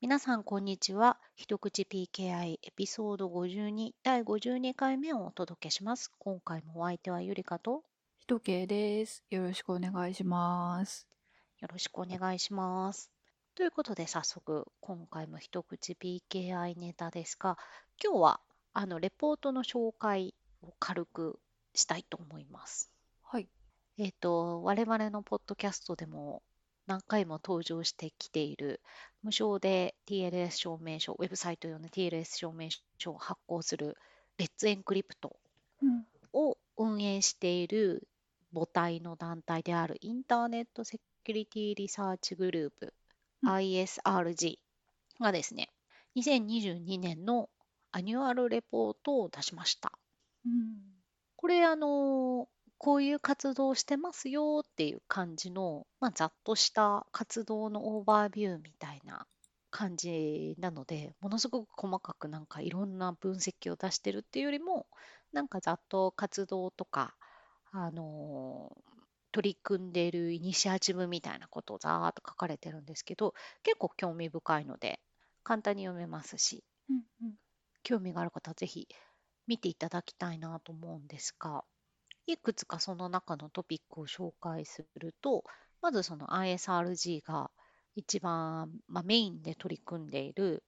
皆さん、こんにちは。一口 PKI エピソード52第52回目をお届けします。今回もお相手はゆりかとひとけいです。よろしくお願いします。よろしくお願いします。ということで、早速、今回も一口 PKI ネタですが、今日はあのレポートの紹介を軽くしたいと思います。はい。えっ、と、我々のポッドキャストでも何回も登場してきている無償で TLS 証明書、ウェブサイト用の TLS 証明書を発行するレッツエンクリプトうん。を運営している母体の団体であるインターネットセキュリティリサーチグループうん ISRG がですね、2022年のアニュアルレポートを出しました。うん。これ、あの、こういう活動をしてますよっていう感じの、まあ、ざっとした活動のオーバービューみたいな感じなので、ものすごく細かくなんかいろんな分析を出してるっていうよりも、なんかざっと活動とか、あのー取り組んでいるイニシアチブみたいなことをざーっと書かれてるんですけど、結構興味深いので、簡単に読めますし、うんうん。興味がある方はぜひ見ていただきたいなと思うんですが、いくつかその中のトピックを紹介すると、まずその ISRG が一番、まあ、メインで取り組んでいる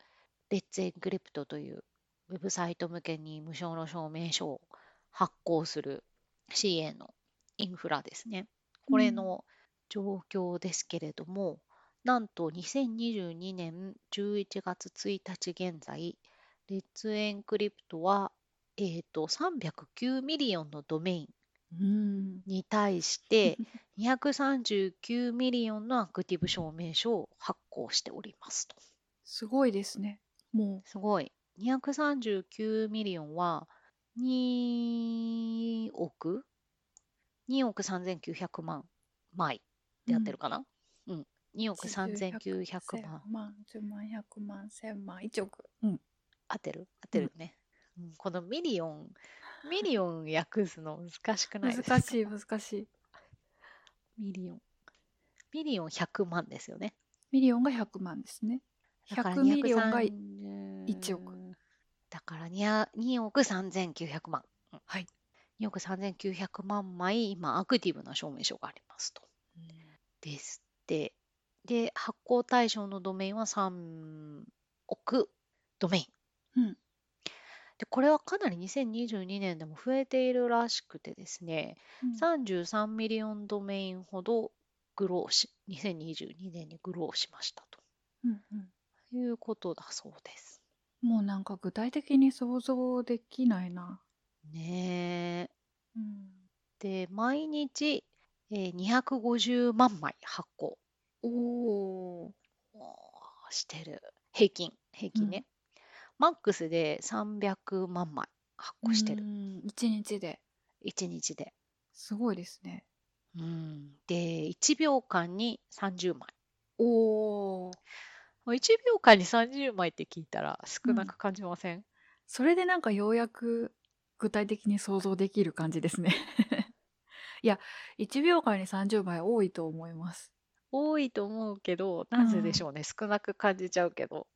レッツエンクリプトというウェブサイト向けに無償の証明書を発行する CA のインフラですね。うこれん。の状況ですけれども、なんと2022年11月1日現在、レッツエンクリプトは、えー、と309ミリオンのドメインうん。に対して239ミリオンのアクティブ証明書を発行しておりますと。すごいですね。もすごい。239ミリオンは2億 ?2 億3900万枚う。でうやってん。るかなうん。2億一十百3900千万。万十万百万千万一億。うん。合ってる合っうてるん。よね。うん、このミリオン、ミリオン訳すの難しくないですか難しい難しい。ミリオン。ミリオン100万ですよね。ミリオンが百万ですね。だから百ミリオンが一億。 230、だから2億3900万。うんはい。 2億3900万枚、今、アクティブな証明書がありますと。うん。ですって。で、発行対象のドメインは3億ドメイン。うん。で、これはかなり2022年でも増えているらしくてですね、うん。 33ミリオンドメインほどグローし、2022年にグローしましたとうんうん。いうことだそうです。もうなんか具体的に想像できないな。ねえ。うん。で、毎日、えー250万枚発行おお。をしてる。平均、平う均ん。ね。マックスで300万枚発う行してる。ん。一日で。 1日で。すごいですね。うん。で、1秒間に30枚。おお。 1秒間に30枚って聞いたらう。少なんく感じませんそれでなんかようやく具体的に想像できる感じですね いや、1秒間に30倍多いと思います。多いと思うけど、うなぜでん。しうょうね。少なく感じちゃうけど。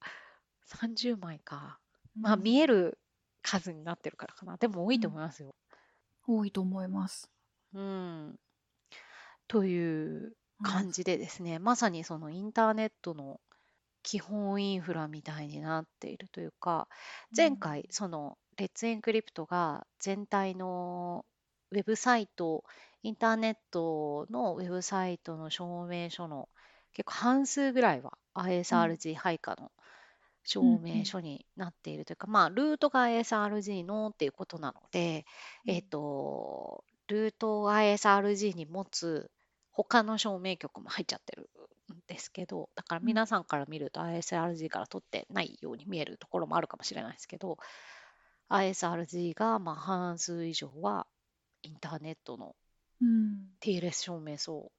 30枚か。まあ、見えん。る数になってるからかな。でも多ういと思ん。いますよ。多いと思います。うん。といううん。感じでですね、まさにそのインターネットの基本インフラみたいになっているというか、う前ん。回、そのレッツエンクリプトが全体のウェブサイト、インターネットのウェブサイトの証明書の結構半数ぐらいはうん。 ISRG 配下のう証ん。う明ん。書になっているというか、まあ、ルートが ISRG のっていうことなので、うえっんと、ルートを ISRG に持つ他の証明局も入っちゃってるんですけど、だからうん。皆さんから見ると ISRG から取ってないように見えるところもあるかもしれないですけど、ISRG がまあ半数以上はインターネットのうん。 TLS 証明書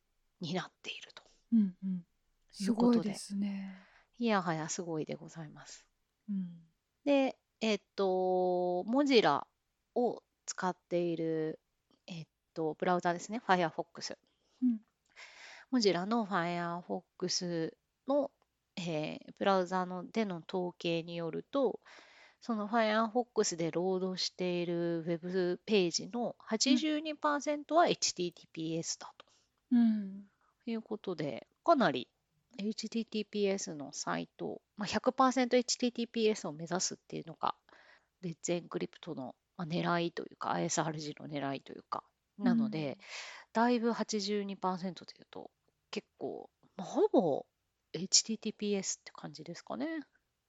になっているとうんうんいすうこごいとでで、すね。いやはやすごいでございます。うん。で、えっと、モジラを使っている、えっと、ブラウザですね、Firefox。うん。モジラの Firefox のえーブラウザのでの統計によると、その Firefox でロードしているウェブページのうん、 82%は HTTPS だとうん、いうことで、かなり HTTPS のサイト、まあ、100%HTTPS を目指すっていうのが、レッツエンクリプトのまあ狙いというか、ISRG の狙いというか、うなので、ん、だいぶ82%というと、結構、まあ、ほぼ HTTPS って感じですかね、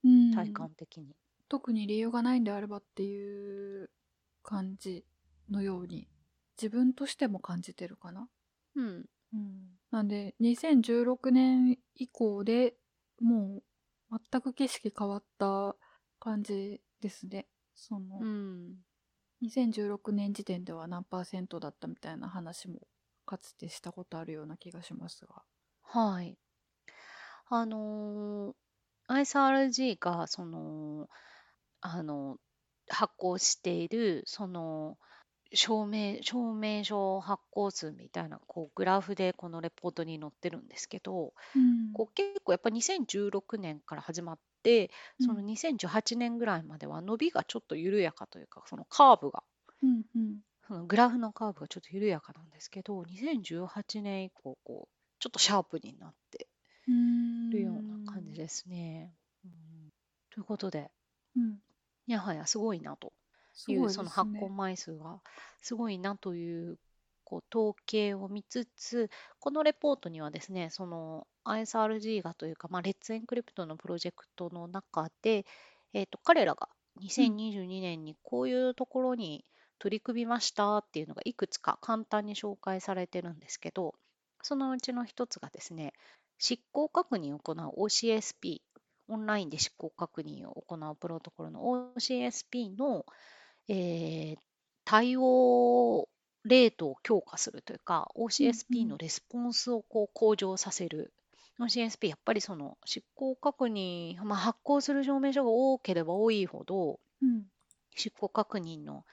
う体ん感的に。特に理由がないんであればっていう感じのように自分としても感じてるかな。うん、うん、なんで2016年以降でもう全く景色変わった感じですね。そうのん、 2016年時点では何パーセントだったみたいな話もかつてしたことあるような気がしますが。はい。あのー ISRG がその、あの発行しているその証明、証明書発行数みたいなこうグラフでこのレポートに載ってるんですけど、うん、こう結構やっぱ2016年から始まってうそのん、 2018年ぐらいまでは伸びがちょっと緩やかというかそのカーブがうん、うん、そのグラフのカーブがちょっと緩やかなんですけど2018年以降こうちょっとシャープになってうーるような感じん、ですね。うんということでうんやはやすごいなとすいうごいそでのす発行ね。枚数がすごいなというこう統計を見つつこのレポートにはですねその ISRG がというか、まあ、レッツエンクリプトのプロジェクトの中で、えー、と彼らがうん、 2022年にこういうところに取り組みましたっていうのがいくつか簡単に紹介されてるんですけどそのうちの一つがですね執行確認を行う OCSP オンラインで執行確認を行うプロトコルの OCSP の、えー対応レートを強化するというか、うん、う OCSP のん、レスポンスをこう向上させる。OCSP、やっぱりその執行確認、まあ、発行する証明書が多ければ多いほど、うん、執行確認の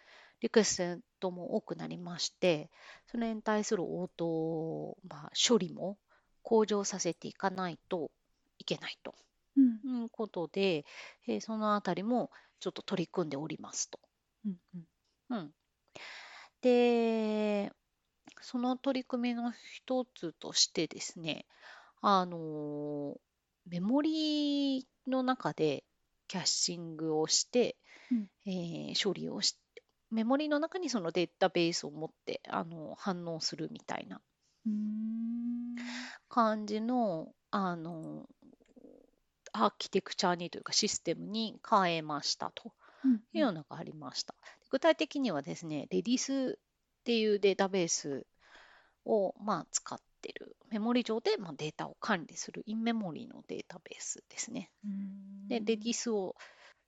リクエストも多くなりまして、それに対する応答、まあ、処理も向上させていかないといけないとうん、いうことで、えーそのあたりもちょっと取り組んでおりますと。うん、うん。うん、で、その取り組みの一つとしてですね、あのメモリの中でキャッシングをして、うんえー処理をし、メモリの中にそのデータベースを持って、あの反応するみたいなうーん感じの、あのアーキテクチャにというかシステムに変えましたとうんいううよんうなのがありました。具体的にはですね、レディスっていうデータベースをまあ使ってる、メモリ上でまあデータを管理するインメモリのデータベースですね。うーで、レディんスを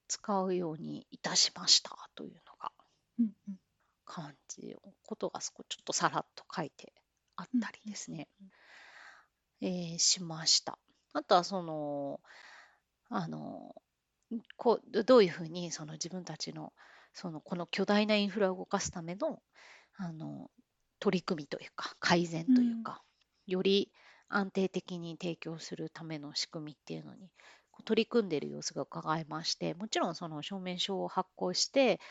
使うようにいたしましたというのがうんうん感じのことがそこちょっとさらっと書いてあっうんたりうでんすね、えーしました。あとはその、あの、こうどどういうふうにその自分たちのそのこの巨大なインフラを動かすためのあの取り組みというか改善うというんかより安定的に提供するための仕組みっていうのにこう取り組んでいる様子が伺えましてもちろんその証明書を発行して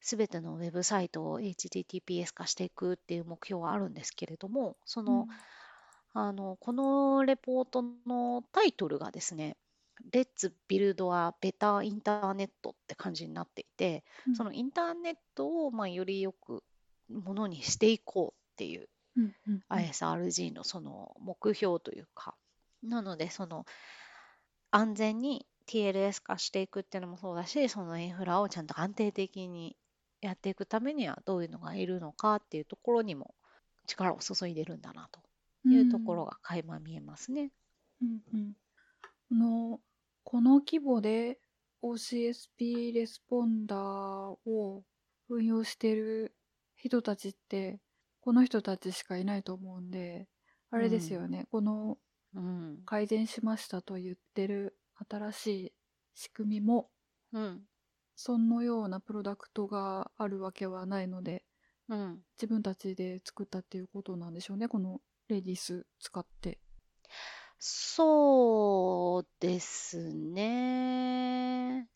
すべてのウェブサイトを HTTPS 化していくっていう目標はあるんですけれどもそうのんあの、このレポートのタイトルがですね、Let's Build a Better Internet って感じになっていて、うそんのインターネットをまあよりよくものにしていこうっていううんうんうん ISRG のその目標というか、なのでその安全に TLS 化していくっていうのもそうだし、そのインフラをちゃんと安定的にやっていくためにはどういうのがいるのかっていうところにも力を注いでるんだなとういうとこんろが垣間見えますね。うんうんこのこの規模で OCSP レスポンダーを運用してる人たちってこの人たちしかいないと思うんであうれですん、よねこのうん、改善しましたと言ってる新しい仕組みもうん、そのようなプロダクトがあるわけはないのでうん。自分たちで作ったっていうことなんでしょうねこのレディス使って。そうですね。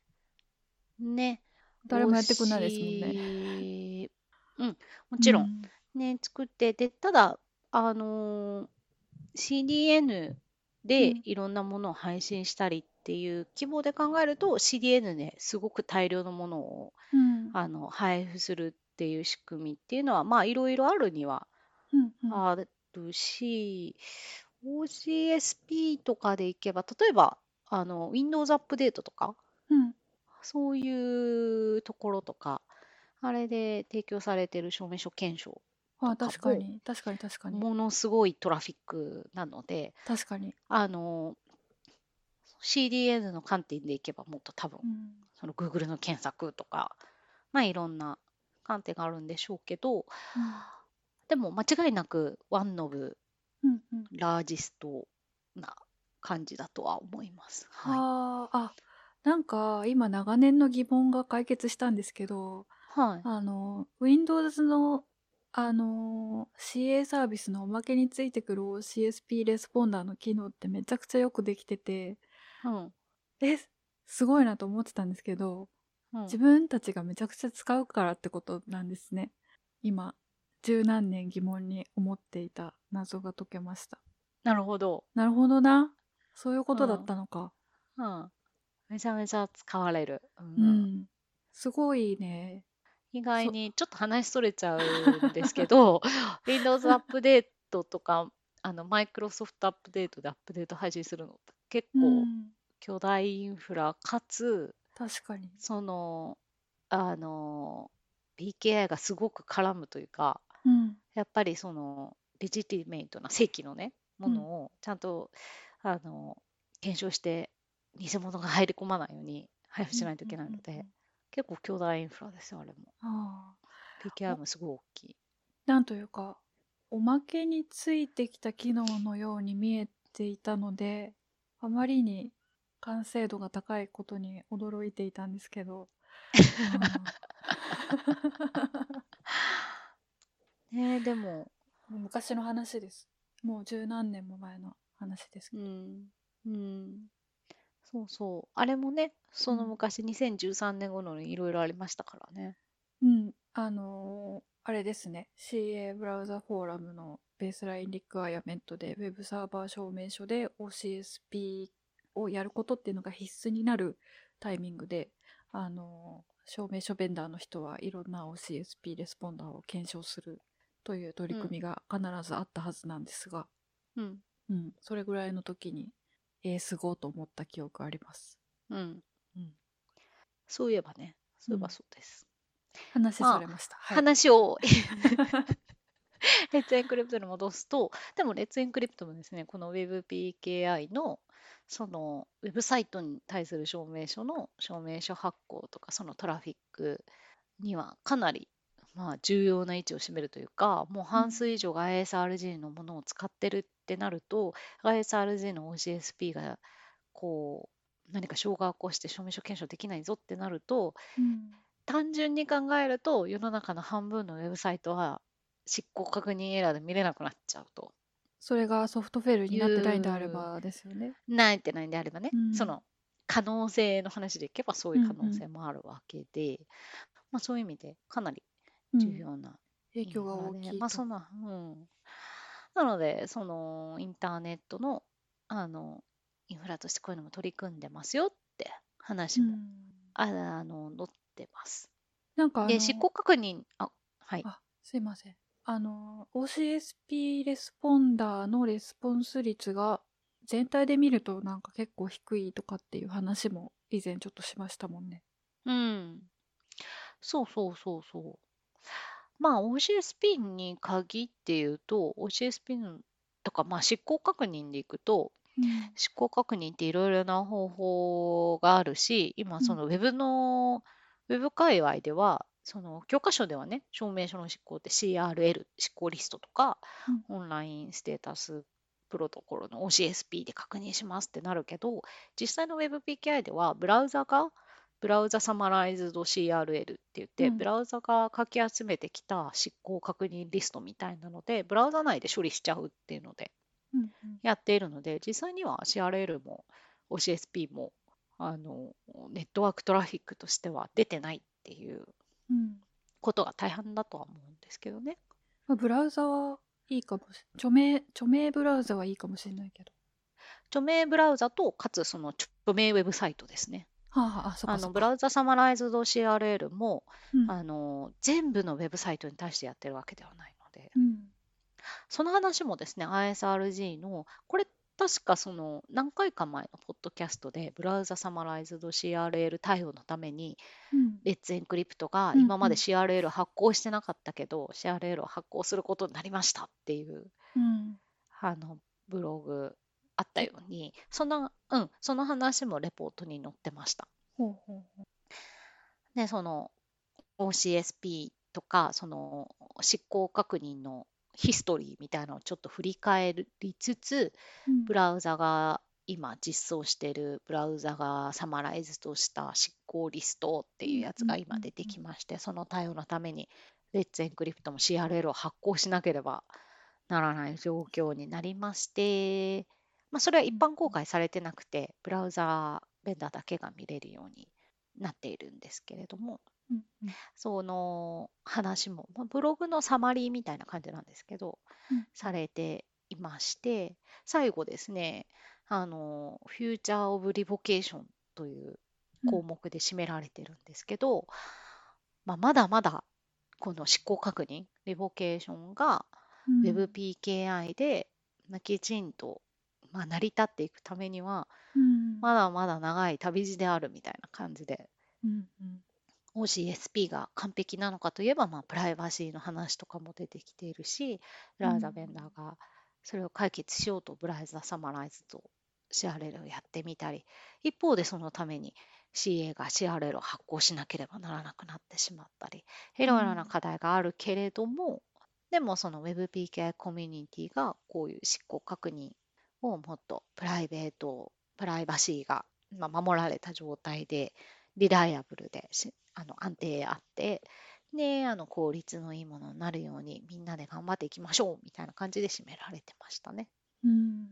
ね。誰もやってくれないですもんね。ね。うん、もちろん。ん。ね、作って、で、ただ、あのー CDN うでんいろんなものを配信したりっていう規模で考えると、CDN ですごく大量のものをうん。あの配布するっていう仕組みっていうのは、まあ、いろいろあるにはうん。うん。あるし、OGSP とかでいけば、例えば、あの、Windows アップデートとか、うん。そういうところとか、あれで提供されてる証明書検証とあ、か確かも、に。確かに、確かに。ものすごいトラフィックなので、確かに。あの、CDN の観点でいけば、もっと多分、うん。その Google の検索とか、まあいろんな観点があるんでしょうけど、うん。でも間違いなく、ワンノブうん。うん。ラージストな感じだとは思います。はい。はあ、あ、なんか今長年の疑問が解決したんですけど、はい。あの、Windows の、あの、CA サービスのおまけについてくる CSP レスポンダーの機能ってめちゃくちゃよくできてて、うん。え、すごいなと思ってたんですけど、う自ん。分たちがめちゃくちゃ使うからってことなんですね。今、十何年疑問に思っていた謎が解けました。なるほど。なるほどな。そういうこうとだっん。たのか。うん。めちゃめちゃ使われる。う。うんん。すごいね。意外そ、にちょっと話それちゃうんですけ ど、Windows アップデートとか、あの、Microsoft アップデートでアップデート配信するのって結う構ん。巨大インフラかつ、確かに。その、あの、PKI がすごく絡むというか、うん。やっぱりそのレジティメイトな正規のねもうん。のをちゃんとあの検証して偽物が入り込まないように配布うしん。ないというけん。ないのうでん。結構巨大インフラですよあれもうんああ。 PKI お、もすごい大きいなんというか、おまけについてきた機能のように見えていたので、あまりに完成度が高いことに驚いていたんです けど、うん。ねえでももう昔の話です。もう十何年も前の話ですうけど。んうんそうそうあれもねうそのん。昔2013年頃にいろいろありましたからねうん。あのーあれですね。CA ブラウザフォーラムのベースラインリクワイアメントで Web サーバー証明書で OCSP をやることっていうのが必須になるタイミングで、あのー証明書ベンダーの人はいろんな OCSP レスポンダーを検証するという取うり組んみが必ずあったはずなんですが、うんうん。それぐらいの時に、えー、すごいと思った記憶あります。うんうん。そういえばねうそういえばん。そうです話そまれあました。はい。話を レッツエンクリプトに戻すと、でもレッツエンクリプトもですね、この WebPKI のそのウェブサイトに対する証明書の証明書発行とか、そのトラフィックにはかなり、まあ、重要な位置を占めるというか、もうう半ん。数以上が ISRG のものを使ってるってなると、ISRG の OCSP がこう何か障害を起こして証明書検証できないぞってなると、うん単純に考えると世の中の半分のウェブサイトは執行確認エラーで見れなくなっちゃうとそれがソフトフェルにいなってないんであれうばですよね。ないってないんであればねうそん。の可能性の話でいけばそういううん可う能ん。性もあるわけで、まあ、そういう意味でかなりう重ん。要な影イン響がフラ大できいまあと。そんなうんなのでそのインターネットのあのインフラとしてこういうのも取り組んでますよってう話もん。ああの載ってます。なんかあで執の、行確認あはいあ、すいません。あの、OCSP レスポンダーのレスポンス率が全体で見るとなんか結構低いとかっていう話も以前ちょっとしましたもんね。うんそうそうそうそう。まあ OCSP に限って言うと OCSP のとか、まあ、執行確認でいくとうん。執行確認っていろいろな方法があるし今うそん。のウェブのウェブ界隈ではその教科書ではね証明書の執行って CRL 執行リストとかうん。オンラインステータスプロトコルの OCSP で確認しますってなるけど実際の WebPKI ではブラウザがブラウザサマライズド CRL って言っうてブん。ラウザがかき集めてきた執行確認リストみたいなのでブラウザ内で処理しちゃうっていうのでうんうんやっているので、実際には CRL も OCSP もあのネットワークトラフィックとしては出てないっていううんことが大半だとは思うんですけどね。まあブラウザはいいかもし著名著名ブラウザはいいかもしれないけど著名ブラウザと、かつその著名ウェブサイトですね。はあ、はあ、あそっあかそのっブかラウザサマライズド CRL も、うんあの全部のウェブサイトに対してやってるわけではないので、うんその話もですね、ISRG の、これ確かその何回か前のポッドキャストで、ブラウザサマライズド CRL 対応のために、うんレッツエンクリプトがうんうん今まで CRL 発行してなかったけど、CRL を発行することになりましたっていううんあのブログあったようにその,、うん、その話もレポートに載ってました。ほうほうほでその OCSP とかその執行確認のヒストリーみたいなのをちょっと振り返りつつううんブラウザが今実装しているブラウザがサマライズとした執行リストっていうやつが今出てきまして、その対応のためにレッツエンクリプトも CRL を発行しなければならない状況になりまして、まあ、それは一般公開されてなくて、ブラウザベンダーだけが見れるようになっているんですけれども、うんうんその話も、まあ、ブログのサマリーみたいな感じなんですけど、うんされていまして、最後ですね、あの、フューチャー・オブ・リボケーションという項目で占められてるんですけど、まあ、まだまだこの執行確認、リボケーションがうん WebPKI で、まあ、きちんと、まあ、成り立っていくためには、うんまだまだ長い旅路であるみたいな感じでうんうん OCSP が完璧なのかといえば、まあ、プライバシーの話とかも出てきているし、ブラウザベンダーがそれを解決しようと、ブラウザサマライズと CRL をやってみたり、一方でそのために CA が CRL を発行しなければならなくなってしまったり、いろいろな課題があるけれども、でもその WebPKI コミュニティがこういう執行確認をもっとプライベート、プライバシーがまあ守られた状態で、リライアブルでしあの安定あって、であの効率のいいものになるようにみんなで頑張っていきましょうみたいな感じで締められてましたね。うん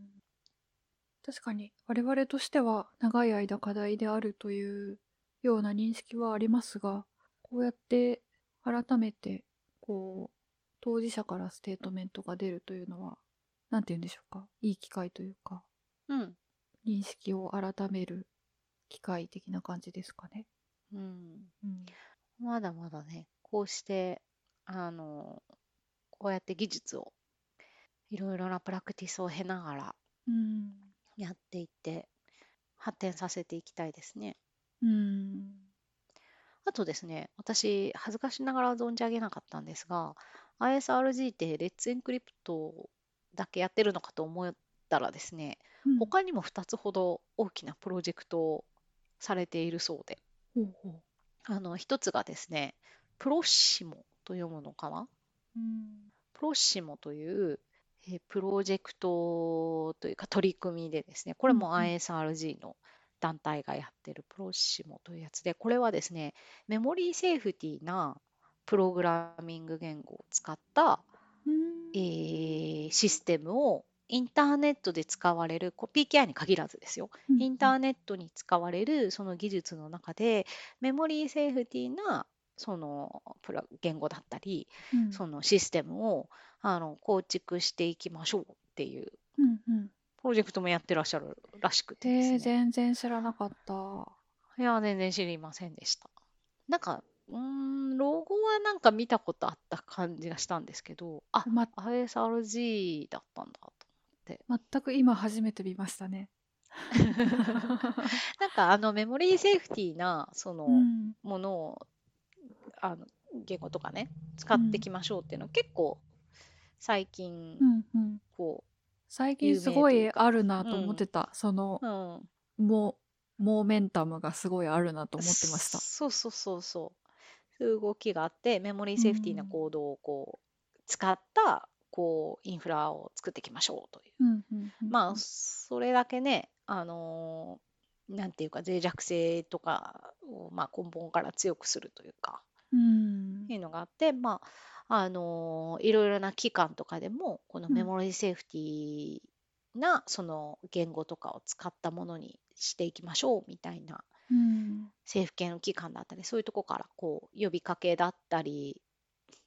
確かに我々としては長い間課題であるというような認識はありますがこうやって改めてこう当事者からステートメントが出るというのは何て言うんでしょうかいい機会というかうん認識を改める機会的な感じですかね。うん、うんまだまだねこうしてあのこうやって技術をいろいろなプラクティスを経ながらうんやっていって発展させていきたいですね。うんあとですね、私、恥ずかしながら存じ上げなかったんですが、ISRG ってレッツエンクリプトだけやってるのかと思ったらですね、うん他にも2つほど大きなプロジェクトをされているそうで、ほうほあの、1つがですね、プロシモと読むのかなううんプロシモという、えープロジェクトというか取り組みでですね、これもうんうん ISRG の団体がやってるプロシモというやつで、これはですね、メモリーセーフティーなプログラミング言語を使った、うんえーシステムをインターネットで使われる、こう PKI に限らずですよ、うんインターネットに使われるその技術の中で、メモリーセーフティーなそのプラ言語だったり、うんそのシステムをあの構築していきましょうっていううんうんプロジェクトもやってらっしゃるらしくてえーですね。全然知らなかった。いや、全然知りませんでした。なんか、うーん、ロゴはなんか見たことあった感じがしたんですけど、あ、ま、 ISRG だったんだと。 全く今初めて見ました ね。なんかあのメモリーセーフティーなそのうんものを、あの言語とかね、使っていきましょうっていうの、結構最近うんうんこ最有近名すごといいうあるなと思ってた。そのう、うん、モモーメンタムがすごいあるなと思ってました。そうそうそうそう。そういう動きがあって、メモリーセーフティーなうん行動をこう使ったこうインフラを作っていきましょうという。うんうんうんまあ、それだけね、あのーなんていうか、脆弱性とかを、まあ、根本から強くするというか、うんいうのがあって、まあ、あのーいろいろな機関とかでも、このうんメモリーセーフティーなその言語とかを使ったものにしていきましょうみたいなうん政府系の機関だったりそういうとこからこう呼びかけだったり、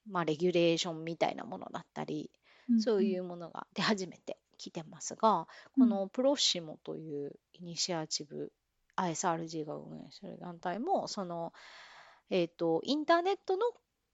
まあ、レギュレーションみたいなものだったりそういうものが出始めてきてますが、うこんのプロッシモというイニシアチブ ISRG が運営する団体もその、えー、とインターネットの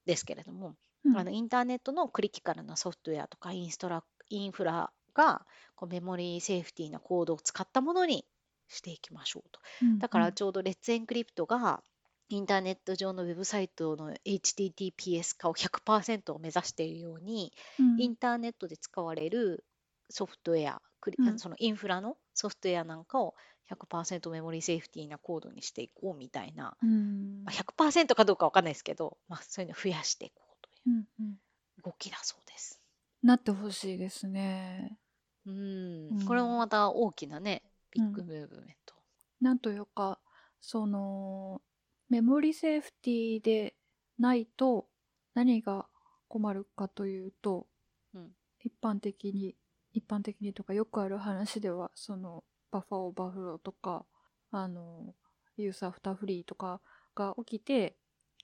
ですけれども、うんあのインターネットのクリティカルなソフトウェアとかインストラインフラがこうメモリーセーフティーなコードを使ったものにしていきましょうと。うんだからちょうどレッツエンクリプトがインターネット上のウェブサイトの HTTPS 化を100%を目指しているように、うんインターネットで使われるソフトウェア、クリうんあのそのインフラのソフトウェアなんかを100%メモリーセーフティーなコードにしていこうみたいな、うんまあ、100%かどうかわかんないですけど、まあ、そういうのを増やしていこうというんうんう動きだそうです。なってほしいですね。うんうんこれもまた大きなね、ビッグうんムーブメント。なんというかそのメモリセーフティーでないと何が困るかというと、うん一般的に一般的にとかよくある話ではそのバッファーオーバーフローとかあのユースアフターフリーとかが起きて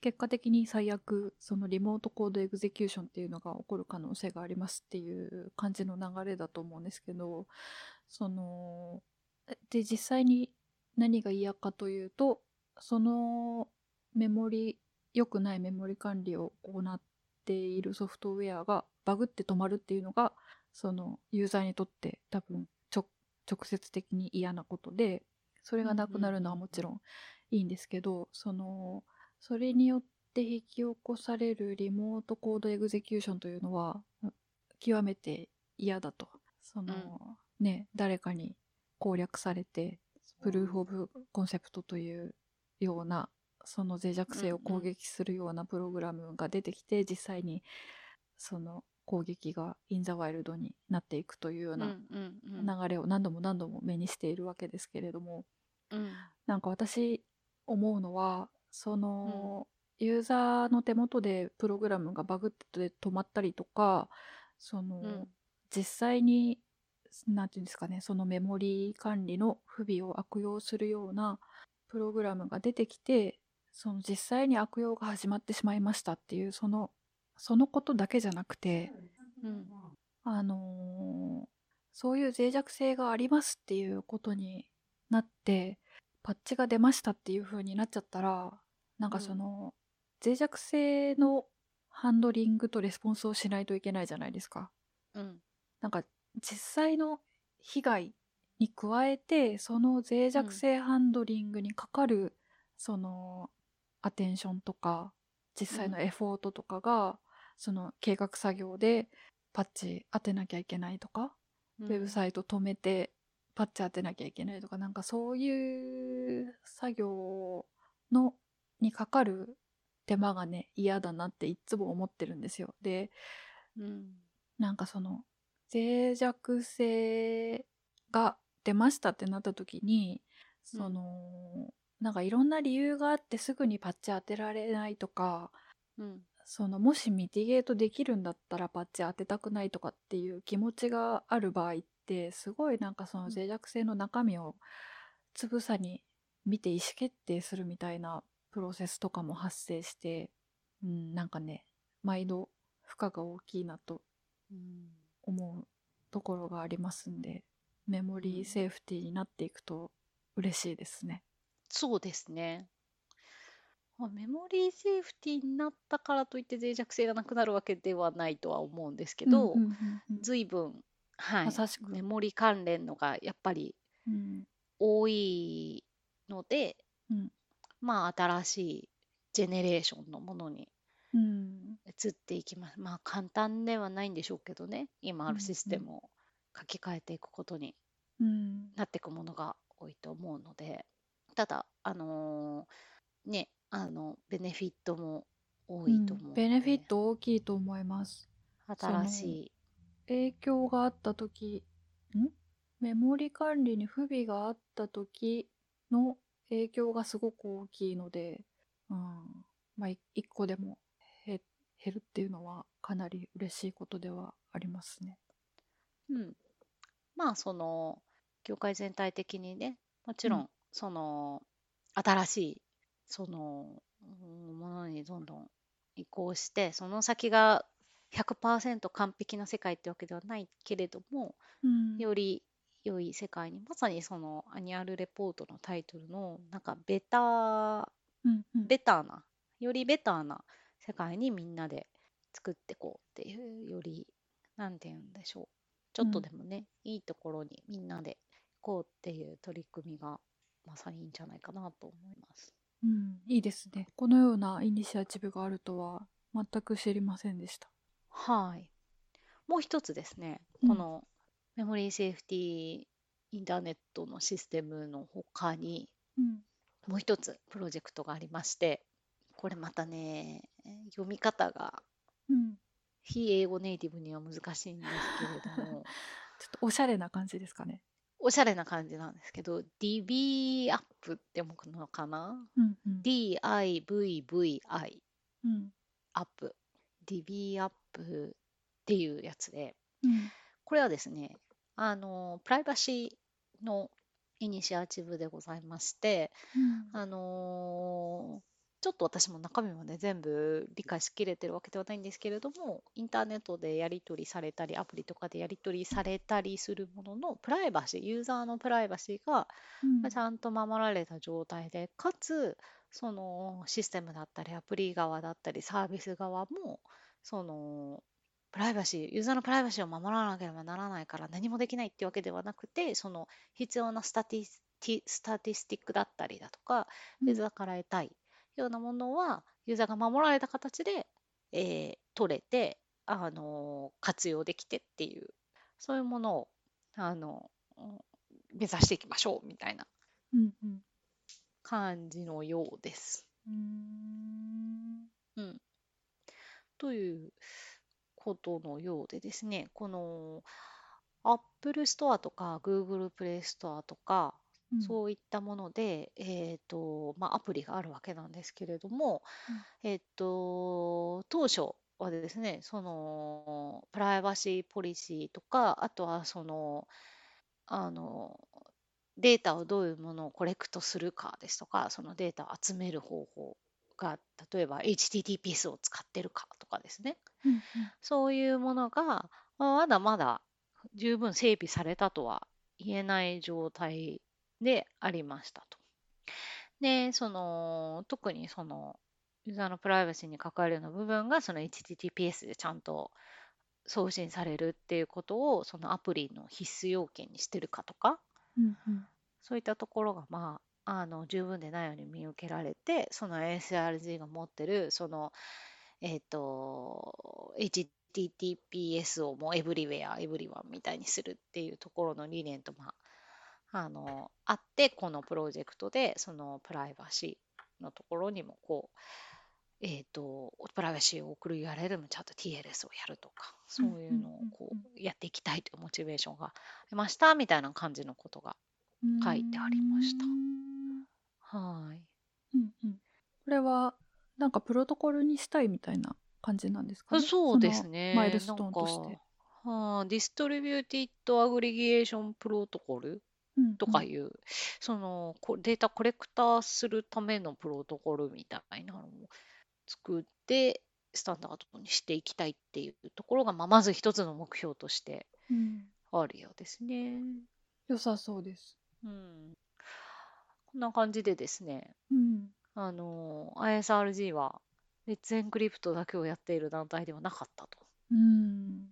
結果的に最悪そのリモートコードエグゼキューションっていうのが起こる可能性がありますっていう感じの流れだと思うんですけどそので実際に何が嫌かというとそのメモリ良くないメモリ管理を行っているソフトウェアがバグって止まるっていうのがそのユーザーにとって多分ちょ直接的に嫌なことでそれがなくなるのはもちろんいいんですけどそのそれによって引き起こされるリモートコードエグゼキューションというのは極めて嫌だとその、ね誰かに攻略されてプルーフ・オブ・コンセプトというようなその脆弱性を攻撃するようなプログラムが出てきて、実際にその攻撃がイン・ザ・ワイルドになっていくというよううなんうんうん流れを何度も何度も目にしているわけですけれども、うんなんか私思うのはその、ユーザーの手元でプログラムがバグって止まったりとかその、うん実際になんていうんですかねそのメモリー管理の不備を悪用するようなプログラムが出てきてその実際に悪用が始まってしまいましたっていうそのそのことだけじゃなくて、うんあのーそういう脆弱性がありますっていうことになってパッチが出ましたっていう風になっちゃったらなんかその、脆弱性のハンドリングとレスポンスをしないといけないじゃないですか。うんなんか実際の被害に加えてその脆弱性ハンドリングにかかる、そのアテンションとか実際のエフォートとかが、その計画作業でパッチ当てなきゃいけないとか、ウウェブサイト止めてパッチ当てなきゃいけないとかなんかそういう作業のにかかる手間がね嫌だなっていっつも思ってるんですよ。で、うんなんかその脆弱性が出ましたってなった時にその、なんかいろんな理由があってすぐにパッチ当てられないとかうんそのもしミティゲートできるんだったらパッチ当てたくないとかっていう気持ちがある場合ってすごいなんかそのうん脆弱性の中身をつぶさに見て意思決定するみたいなプロセスとかも発生して、うん、なんかね毎度負荷が大きいなとうん思うところがありますんでメモリーセーフティーになっていくと嬉しいですね。そうですね。まあメモリーセーフティーになったからといって脆弱性がなくなるわけではないとは思うんですけど、うんうんうんうん随分、はい、まさしくメモリ関連のがやっぱりうん多いので、うんまあ新しいジェネレーションのものにうん移っていきます。まあ簡単ではないんでしょうけどね、今あうんうるんシステムを書き換えていくことにうんなっていくものが多いと思うのでただあのーねあのベネフィットも多いと思うので、ベネフィット大きいと思います。新しい影響があった時んメモリ管理に不備があった時の影響がすごく大きいので、うん、まあい一個でも減減るっていうのはかなり嬉しいことではありますね。うんまあその業界全体的にねもちうろんんその新しいそのうんものにどんどん移行してその先が100%完璧な世界ってわけではないけれどもうんより良い世界にまさにそのアニュアルレポートのタイトルのなんかベターうんうんベターなよりベターな世界にみんなで作ってこうっていうより何て言うんでしょうちょっうとんでもね、いいところにみんなで行こうっていう取り組みがまさにいいんじゃないかなと思います。うん、いいですね。このようなイニシアチブがあるとは全く知りませんでした。はいもう一つですね、うんこのメモリーセーフティーインターネットのシステムの他にうん、もう一つプロジェクトがありましてこれまたね読み方がうん、非英語ネイティブには難しいんですけれどもちょっとおしゃれな感じですかね。おしゃれな感じなんですけど DB アップって思うのかなうん、うん、 ?DIVVI うん、アップ DB アップっていうやつでうん、これはですねあのプライバシーのイニシアチブでございましてあのーちょっと私も中身まで全部理解しきれてるわけではないんですけれどもインターネットでやり取りされたりアプリとかでやり取りされたりするもののプライバシーユーザーのプライバシーがうん、ちゃんと守られた状態でかつそのシステムだったりアプリ側だったりサービス側もそのプライバシーユーザーのプライバシーを守らなければならないから何もできないってわけではなくてその必要なスタティスティスタティスティックだったりだとかうんユーザーから得たいようなものはユーザーが守られた形で、えー取れて、あの活用できてっていうそういうものを、あの目指していきましょうみたいなうん、うん、感じのようです。うん、うん、ということのようでですねこの Apple Store とか Google Play Store とかうんそういったもので、えーとまあ、アプリがあるわけなんですけれども、えっと、当初はですね、そのプライバシーポリシーとか、あとはその、あの、データをどういうものをコレクトするかですとか、そのデータを集める方法が、例えば HTTPS を使ってるかとかですね、うん、そういうものが、まあまだまだ十分整備されたとは言えない状態でありましたと。で、その、特にその、ユーザーのプライバシーに関わるような部分が、その HTTPS でちゃんと送信されるっていうことを、そのアプリの必須要件にしてるかとか、うん、うん、そういったところが、まあ、あの十分でないように見受けられて、その ASRG が持ってる、その、えっ、と、HTTPS をもうエブリウェア、エブリワンみたいにするっていうところの理念と、まあ、あの、あって、このプロジェクトで、そのプライバシーのところにも、こう、えっ、と、プライバシーを送る URL もちゃんと TLS をやるとか、そういうのをこうんうんうやっていきたいというモチベーションがありました、みたいな感じのことがうん、書いてありましたうん、はい。うん、これはなんかプロトコルにしたいみたいな感じなんですかね。そうですのね。マイルストーンとして。なんか、ディストリビューティッド・アグリギエーション・プロトコルうんうんとかいう、そのこデータコレクターするためのプロトコルみたいなのを作って、スタンダードにしていきたいっていうところが、まあ、まず一つの目標としてうん、あるようですね。良さそうです。うん。こんな感じでですね、うん、あの、ISRG は、レッツエンクリプトだけをやっている団体ではなかったと。うん、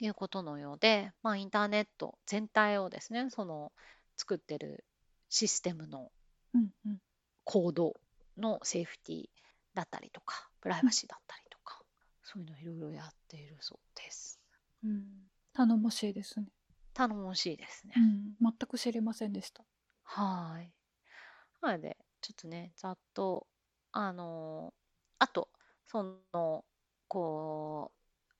いうことのようで、まあ、インターネット全体をですね、その作ってるシステムのうん、うん。コードのセーフティーだったりとか、プライバシーだったりとか、そういうのいろいろやっているそうです。うん、頼もしいですね。頼もしいですね。うん、全く知りませんでした。はーい。なので、ちょっとね、ざっと、あのーあと、その、こ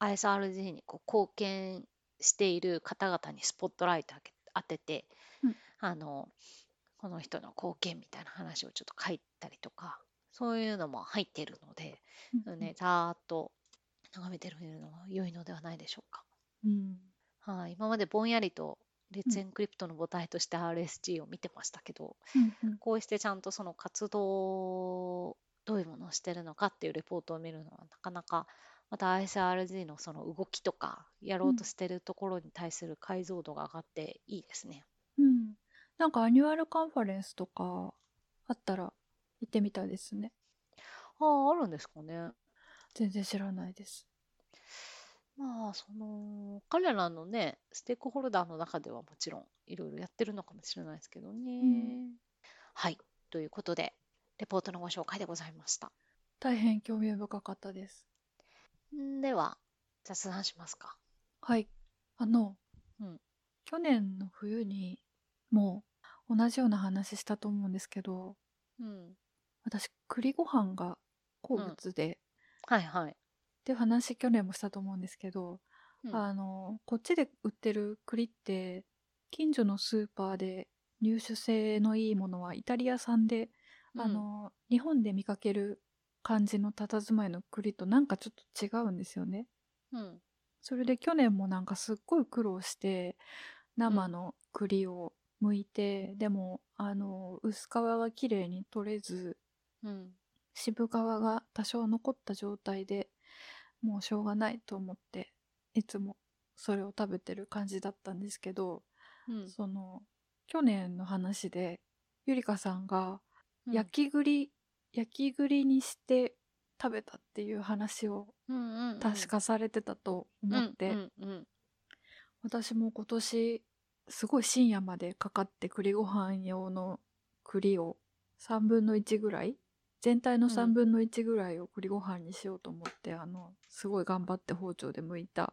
う、ISRG にこう貢献している方々にスポットライト当て当てて、うんあのこの人の貢献みたいな話をちょっと書いたりとか、そういうのも入っているので、うんね、、ざーっと眺めてみるのは良いのではないでしょうか。うん、はい、今までぼんやりとで、うんツエンクリプトの母体として RSG を見てましたけど、うんうんこうしてちゃんとその活動、どういうものをしてるのかっていうレポートを見るのはなかなか、また ISRG のその動きとか、やろうとしてるところに対する解像度が上がっていいですね。うん、なんかアニュアルカンファレンスとかあったら行ってみたいですね。ああ、あるんですかね。全然知らないです。まあ、その、彼らのね、ステークホルダーの中ではもちろん、いろいろやってるのかもしれないですけどね。うんはい。ということで、レポートのご紹介でございました。大変興味深かったです。んでは、雑談しますか。はい。あの、うん去年の冬にもう同じような話したと思うんですけど、うん。私栗ご飯が好物で、っはいはい。ていう話去年もしたと思うんですけど、うんあのこっちで売ってる栗って近所のスーパーで入手性のいいものはイタリア産であの、日本で見かける感じの佇まいの栗となんかちょっと違うんですよね。うん、うん。それで去年もなんかすっごい苦労して生の栗を剥いて、でもあの薄皮が綺麗に取れずうん。渋皮が多少残った状態でもうしょうがないと思っていつもそれを食べてる感じだったんですけど、うん。その去年の話でゆりかさんがうん焼き栗、焼き栗にして食べたっていう話をうんうんうん確かされてたと思って、うんうんうん私も今年すごい深夜までかかって栗ご飯用の栗を3分の1ぐらい全体のうん3分の1ぐらいを栗ご飯にしようと思って、あのすごい頑張って包丁で剥いた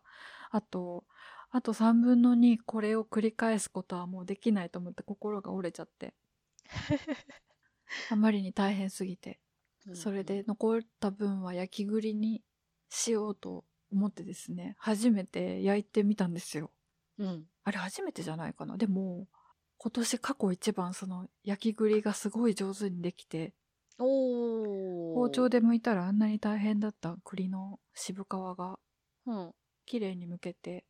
あとあと3分の2これを繰り返すことはもうできないと思って心が折れちゃってあまりに大変すぎて うんそれで残った分は焼き栗にしようと思ってですね初めて焼いてみたんですようんあれ初めてじゃないかなでも今年過去一番その焼き栗がすごい上手にできておー包丁で剥いたらあんなに大変だった栗の渋皮がうん綺麗に剥けて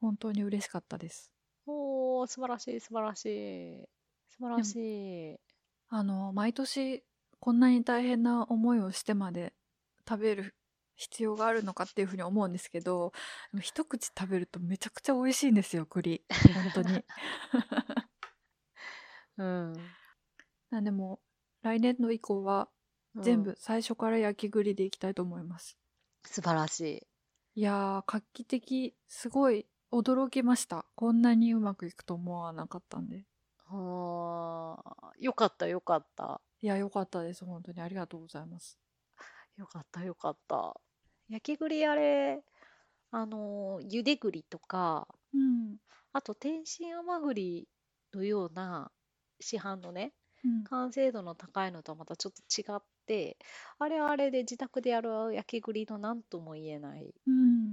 本当に嬉しかったですおー素晴らしい素晴らしい素晴らしいあの毎年こんなに大変な思いをしてまで食べる必要があるのかっていうふうに思うんですけどでも一口食べるとめちゃくちゃ美味しいんですよ栗本当に うんなんでもう来年度以降はうん全部最初から焼き栗でいきたいと思います、素晴らしいいやー画期的すごい驚きましたこんなにうまくいくと思わなかったんであーよかったよかったいや良かったです本当にありがとうございますよかったよかった焼き栗あれあのーゆで栗とかうん、あと天津甘栗のような市販のねうん、完成度の高いのとはまたちょっと違ってあれはあれで自宅でやる焼き栗の何とも言えないうん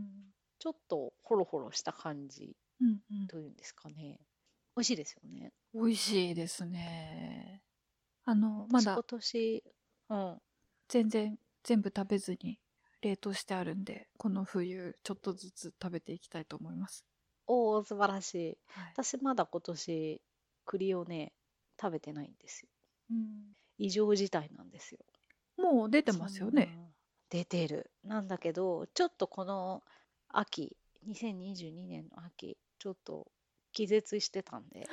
ちょっとホロホロした感じうんうんというんですかね美味しいですよね美味しいですね。あの、ま私だ今年うん全然全部食べずに冷凍してあるんで、この冬ちょっとずつ食べていきたいと思います。おお素晴らしいはい私まだ今年栗をね食べてないんですようん異常事態なんですよもう出てますよね。そんな出てるなんだけどちょっとこの秋2022年の秋ちょっと気絶してたんで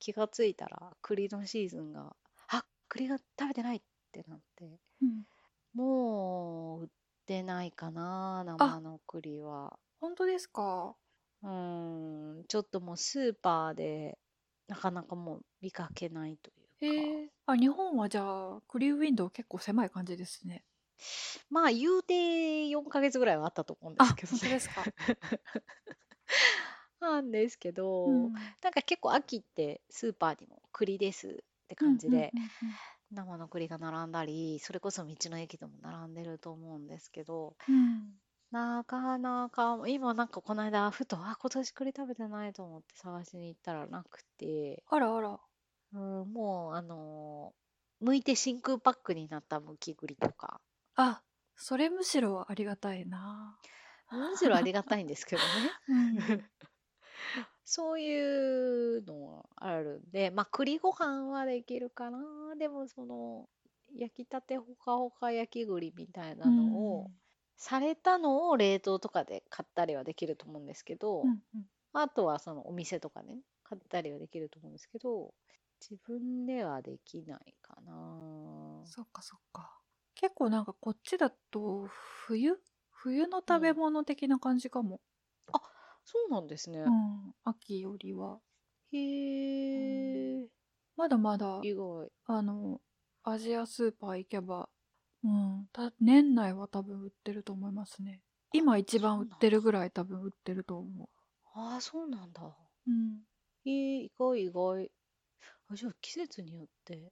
気がついたら栗のシーズンがあ栗が食べてないってなって うんもう売ってないかな生の栗は本当ですかうーんちょっともうスーパーでなかなかもう見かけないとへいうかえ。あ、日本はじゃあ、クリーウィンドウ結構狭い感じですね。まあ言うて4ヶ月ぐらいはあったと思うんであ、す本けど当です か。 なんですけど、うんなんか結構秋ってスーパーにも栗ですって感じで、。うんうん生の栗が並んだりそれこそ道の駅でも並んでると思うんですけどうんうんなかなか今なんかこの間ふとあ今年栗食べてないと思って探しに行ったらなくて、あらあら。うん、もうあのー剥いて真空パックになった剥き栗とかあ、それむしろありがたいな。 むしろありがたいんですけどねうんそういうのはあるんで、まあ、栗ご飯はできるかな。でも、その、焼きたてほかほか焼き栗みたいなのを、されたのを冷凍とかで買ったりはできると思うんですけど、うんうんうんあとはそのお店とかね、買ったりはできると思うんですけど、自分ではできないかな。そっかそっか結構なんかこっちだと冬冬の食べ物的な感じかも、そうなんですね。うん、秋よりはへえ、まだまだ意外。あのアジアスーパー行けば、うん、た年内は多分売ってると思いますね今一番売ってるぐらい多分売ってると思ああ、そうなんだ。う、うん、へえ、意外意外。あ、じゃあ季節によって違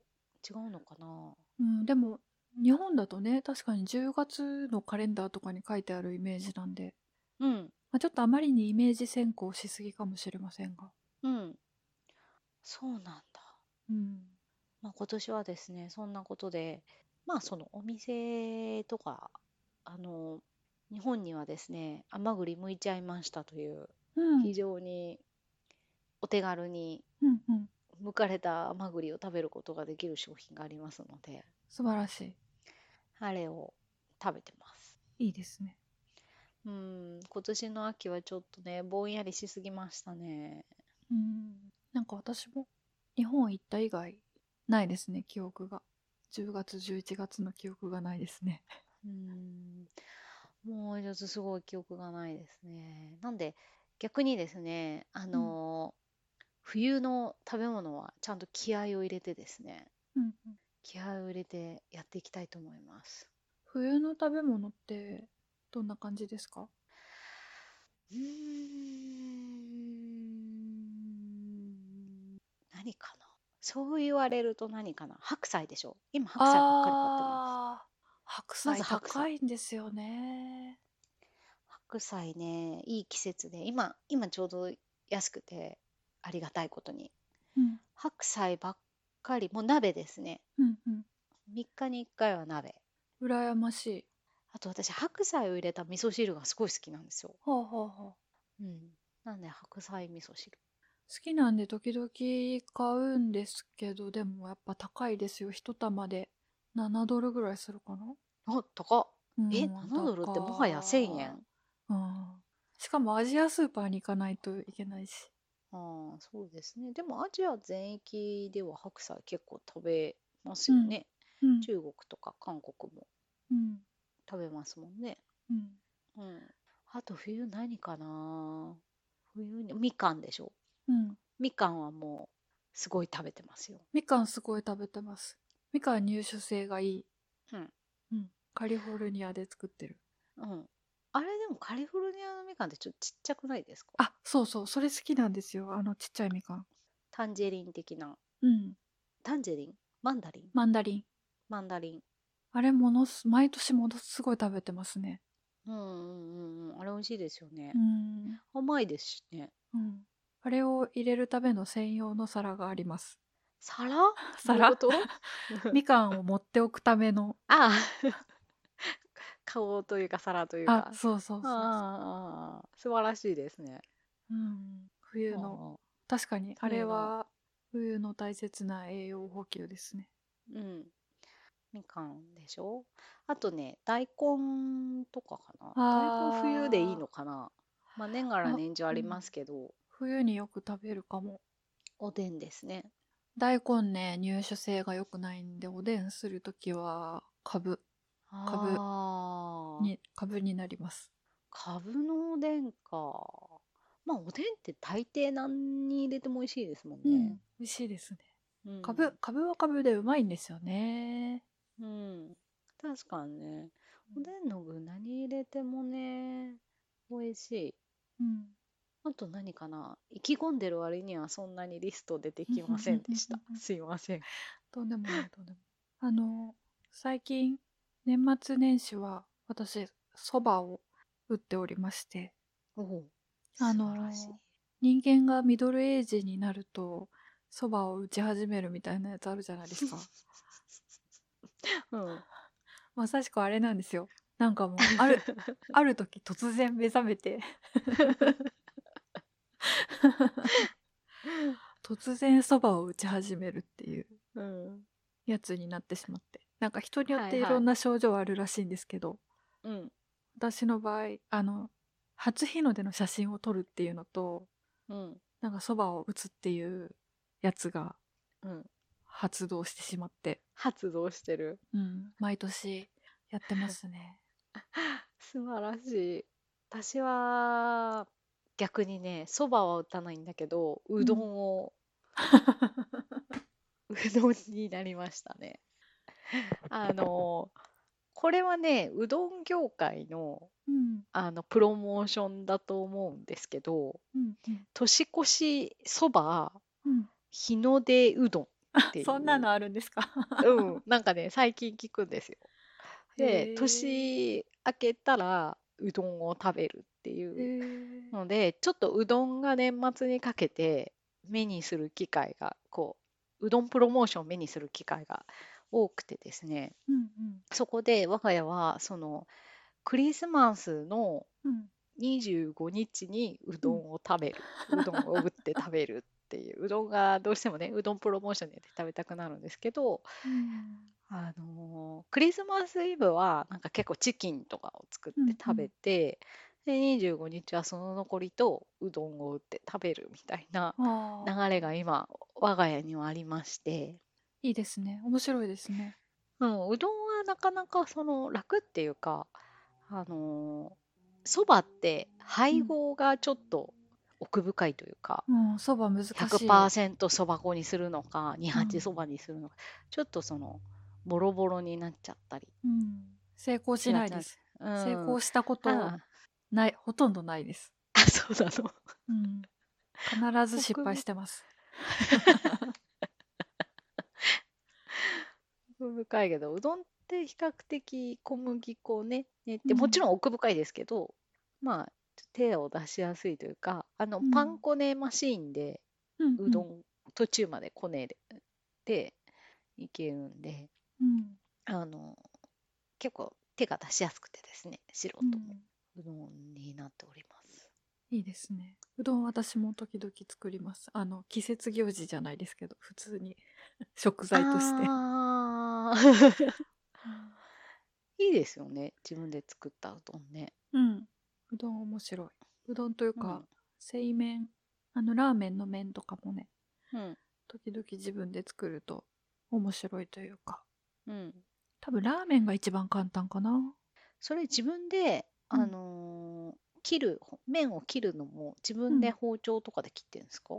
うのかな。うん、でも日本だとね確かに10月のカレンダーとかに書いてあるイメージなんで、うん、まあ、ちょっとあまりにイメージ先行しすぎかもしれませんが、うん。そうなんだ。うん、まあ、今年はですね、そんなことで、まあそのお店とか、あの、日本にはですね、甘栗剥いちゃいましたという、うん非常にお手軽にうんうん剥かれた甘栗を食べることができる商品がありますので、素晴らしあれを食べてます。いいいですねうん、今年の秋はちょっとね、ぼんやりしすぎましたね。うんなんか私も日本行った以外ないですね記憶が10月11月の記憶がないですねうーん、もうちょっとすごい記憶がないですね。なんで逆にですね、あのー冬の食べ物はちゃんと気合を入れてですね、うん、うん、気合を入れてやっていきたいと思います。冬の食べ物ってどんな感じですかうーん、何かな。そう言われると何かな。白菜でしょ。今白菜ばっかり買ってます。あー白菜まず白高菜いんですよね白菜ね、いい季節で、今、今ちょうど安くてありがたいことに。うん白菜ばっかりもう鍋ですねうんうん3日に1回は鍋羨ましい。あと私白菜を入れた味噌汁がすごい好きなんですよ、はあはあはあ、好うん、なんで白菜味噌汁きなんで時々買うんですけど、でもやっぱ高いですよ。一玉で7ドルぐらいするかな。あ高っうんえ7ドルってもはや1000円。高いうん。しかもアジアスーパーに行かないといけないし。あーそうですねでもアジア全域では白菜結構食べますうよんね、うん。中国とか韓国もうん。食べますもんねうん。うんあと冬何かな冬にみかんでしょうん。みかんはもうすごい食べてますよみかんすごい食べてます。みかん入手性がいい。うん。うん。カリフォルニアで作ってる。うん。あれでもカリフォルニアのみかんってちょっとちっちゃくないですかあ、そうそう。それ好きなんですよ。あのちっちゃいみかん。タンジェリン的な。うん。タンジェリンマンダリンマンダリン。マンダリン。あれものす毎年ものすごい食べてますね。うんうんうんうん。あれ美味しいですよねう。ん、甘いですしね。うん、あれを入れるための専用の皿があり ます。皿皿どういうこと みかんを持っておくための。 ああ。顔というか皿というあか。、そうそうそうそう。ああ、素晴らしいですね。うん、冬のの。確かにあ冬れのは冬の大切な栄養補給ですね。うん。みかんでしょあとね、大根とかかな。あー大根冬でいいのかな。まあ年がらあ年中ありうんますけど、冬によく食べるかも。おでんですね。大根ね入手性が良くないんでおでんするときはカブかぶぶにカブになります。かぶのおでんか。まあおでんって大抵何に入れても美味しいですもんね。美味しいですね。うんカブカブはカブでうまいんですよね。うん。確かにね。おでんの具何入れてもね、美味しい。うんあと何かな意気込んでる割にはそんなにリスト出てきませんで した。すいません。とんでもないとんでもない。あの最近年末年始は私そばを打っておりましておお。あのー素晴らしい。人間がミドルエイジになるとそばを打ち始めるみたいなやつあるじゃないです かうん。まさしくあれなんですよな んかもうあるある時突然目覚めて突然そばを打ち始めるっていううん。やつになってしまってなんか人によっはいはていいろんな症状あるらしいんですけど、うん。私の場合あの初日の出の写真を撮るっていうのとうん。なんかそばを打つっていうやつがうん。発動してしまって、発動してる。うん、毎年やってますね。素晴らしい。私は逆にね、そばは打たないんだけど、うどんを、 うどんになりましたね。あの、これはね、うどん業界の、 うんあのプロモーションだと思うんですけど、うんうん年越しそばうん日の出うどんっていう。そんなのあるんですかうん、なんかね、最近聞くんですよ。へで、ー年明けたらうどんを食べるって へいうーので、ちょっとうどんが年末にかけて目にする機会が、こう、うどんプロモーションを目にする機会が多くてですね、うんうんそこで我が家は、その、クリスマスのうん25日にうどんを食べる、うどんを打って食べるっていう、うどんがどうしてもね、うどんプロモーションで食べたくなるんですけど、うんあのークリスマスイブはなんか結構チキンとかを作ってうんうん食べて、で25日はその残りとうどんを打って食べるみたいなあー流れが今我が家にはありまして、いいですね面白いですね。うん、うどんはなかなかその楽っていうかあのーそばって配合がちょっと奥深いというか、うんそば難しい。 100%そば粉にするのかう28んそばにするのか、ちょっとそのボロボロになっちゃったり。うん成功しないです。うん成功したこと あないほとんどないです。あ、そうなの。うん、必ず失敗してます。奥深いけど、うどんって比較的小麦粉をね、練って、うんもちろん奥深いですけど、まあ、手を出しやすいというか、あの、うんパン粉ねマシーンで、うんうどん、途中までこねで、で、いけるんで、うんあの、結構手が出しやすくてですね、素人うんもうどんになっております。いいですね。うどん私も時々作ります。あの季節行事じゃないですけど、普通に 食材として。あー いいですよね、自分で作ったうどんね。うん、うどん面白い。うどんというか、製麺、あのラーメンの麺とかもね、うん、時々自分で作ると面白いというか、うん。多分ラーメンが一番簡単かな。それ自分で、うんあのー切るほ麺を切るのも自分でうん包丁とかで切ってるんですか、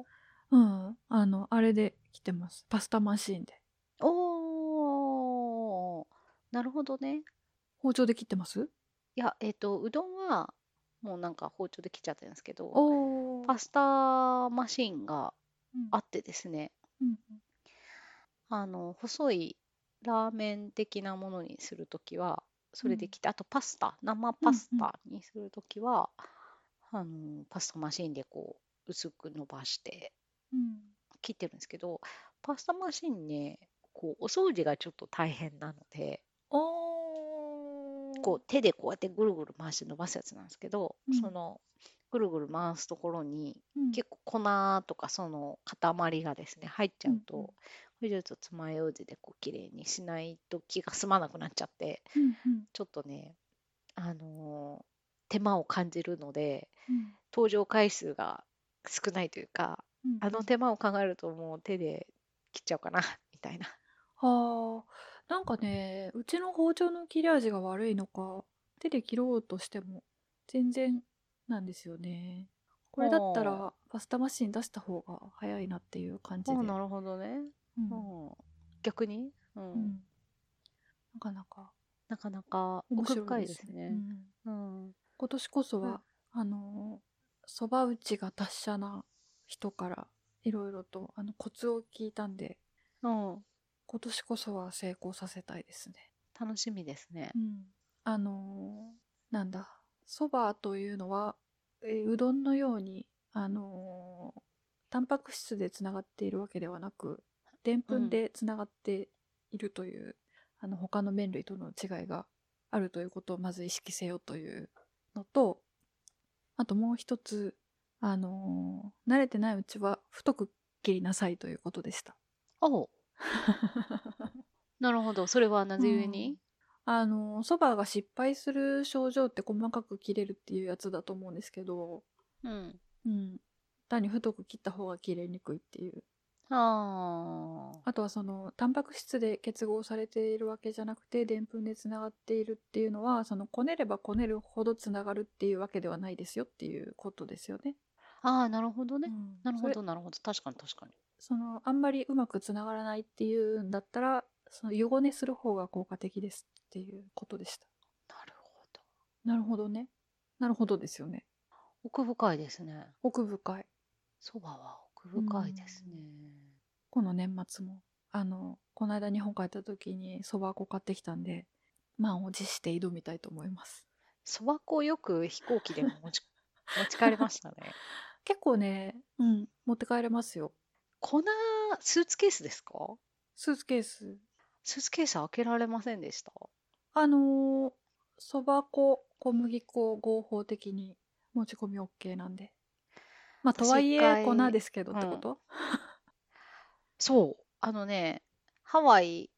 うん、あのあれで来てます。パスタマシーンで。おーなるほどね包丁で切ってます？いやえっ、とうどんはもうなんか包丁で切っちゃってるんですけどおお。パスタマシンがうんあってですねうんあの細いラーメン的なものにするときはそれで切って、あとパスタ生パスタにするときは、あのパスタマシンでこう薄く伸ばしてうん。切ってるんですけどパスタマシンねこうお掃除がちょっと大変なのでおお。こう手でこうやってぐるぐる回して伸ばすやつなんですけど、うんそのぐるぐる回すところにうん結構粉とかその塊がですね入っちゃうと、うんうんこれちょっと爪楊枝でこう綺麗にしないと気が済まなくなっちゃってうんうんちょっとねあのー手間を感じるのでうん登場回数が少ないというかうんあの手間を考えるともう手で切っちゃおうかなみたいな。はあなんかねうちの包丁の切れ味が悪いのか手で切ろうとしても全然なんですよねこれだったあらパスタマシン出した方が早いなっていう感じで、うんるほどね。うん、逆に、うんうんなかなかなかなか面奥白深いいでですすねうね。んうん、今年こそは、あのそば打ちが達者な人からいろいろとあのコツを聞いたんでうん、今年こそは成功させたいですね楽しみですね。うん、あのーなんだそばというのは、えーうどんのようにあのータンパク質でつながっているわけではなくでんぷうんんでつながっているという、あの他の麺類との違いがあるということをまず意識せよというのとあともう一つあのー慣れてないうちは太く切りなさいということでした。おうなるほど。それはなぜゆえうにんあのーそばが失敗する症状って細かく切れるっていうやつだと思うんですけど、うん。うん、単に太く切った方が切れにくいっていうああ。あとはそのタンパク質で結合されているわけじゃなくてでんぷんでつながっているっていうのはそのこねればこねるほどつながるっていうわけではないですよっていうことですよね。ああ、なるほどね。うんなるそほれど、なるほど。確かに、確かに。そのあんまりうまくつながらないっていうんだったらその湯ごねする方が効果的ですっていうことでした。なるほど。なるほどね。なるほどですよね。奥深いですね。奥深い。そばは奥深いですね。この年末もあのこの間日本帰った時にそば粉買ってきたんで満を持して挑みたいと思います。そば粉をよく飛行機でも持 ち持ち帰りましたね。結構ね、うん、持って帰れますよ。粉、スーツケースですかスーツケース。スーツケース開けられませんでした。あのーそば粉、小麦粉合法的に持ち込み OK なんで。まあ、と私はい一え回粉ですけどってこと、そう。あのね、ハワイ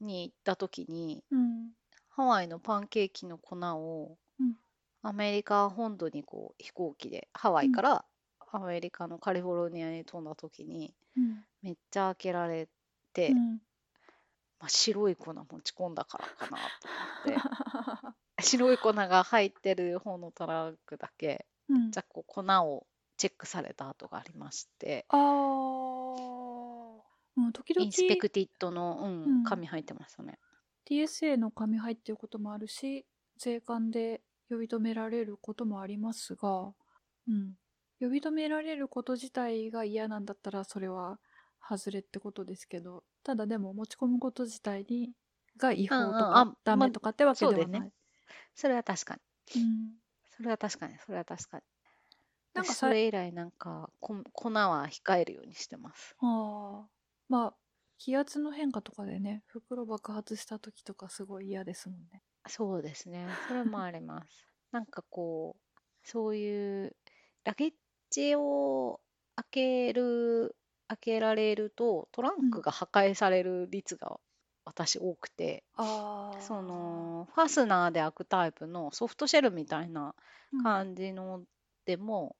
に行った時に、うん、ハワイのパンケーキの粉をうんアメリカ本土にこう飛行機でハワイからアメリカのカリフォルニアに飛んだ時にうん。めっちゃ開けられて、うん。まあ、白い粉持ち込んだからかなと思って 白い粉が入ってる方のトラックだけ うんじゃあこう粉をチェックされた跡がありましてあーうん、時々インスペクティッドの、ううんん、紙入ってましたね。 TSA の紙入ってることもあるし税関で呼び止められることもありますが、うん、呼び止められること自体が嫌なんだったらそれは外れってことですけどただでも持ち込むこと自体にが違法とうんうんあかダメとかってわけではまない。それは確かにうんそれは確かにそれは確かに。なんか私さそれ以来なんかこ粉は控えるようにしてます。ああまあ気圧の変化とかでね袋爆発した時とかすごい嫌ですもんね。そうですね。それもあります。 なんかこう、そういうラゲッジを開ける、開けられるとトランうんクが破壊される率が私多くて、あーそ、のファスナーで開くタイプのソフトシェルみたいなうん感じのでも、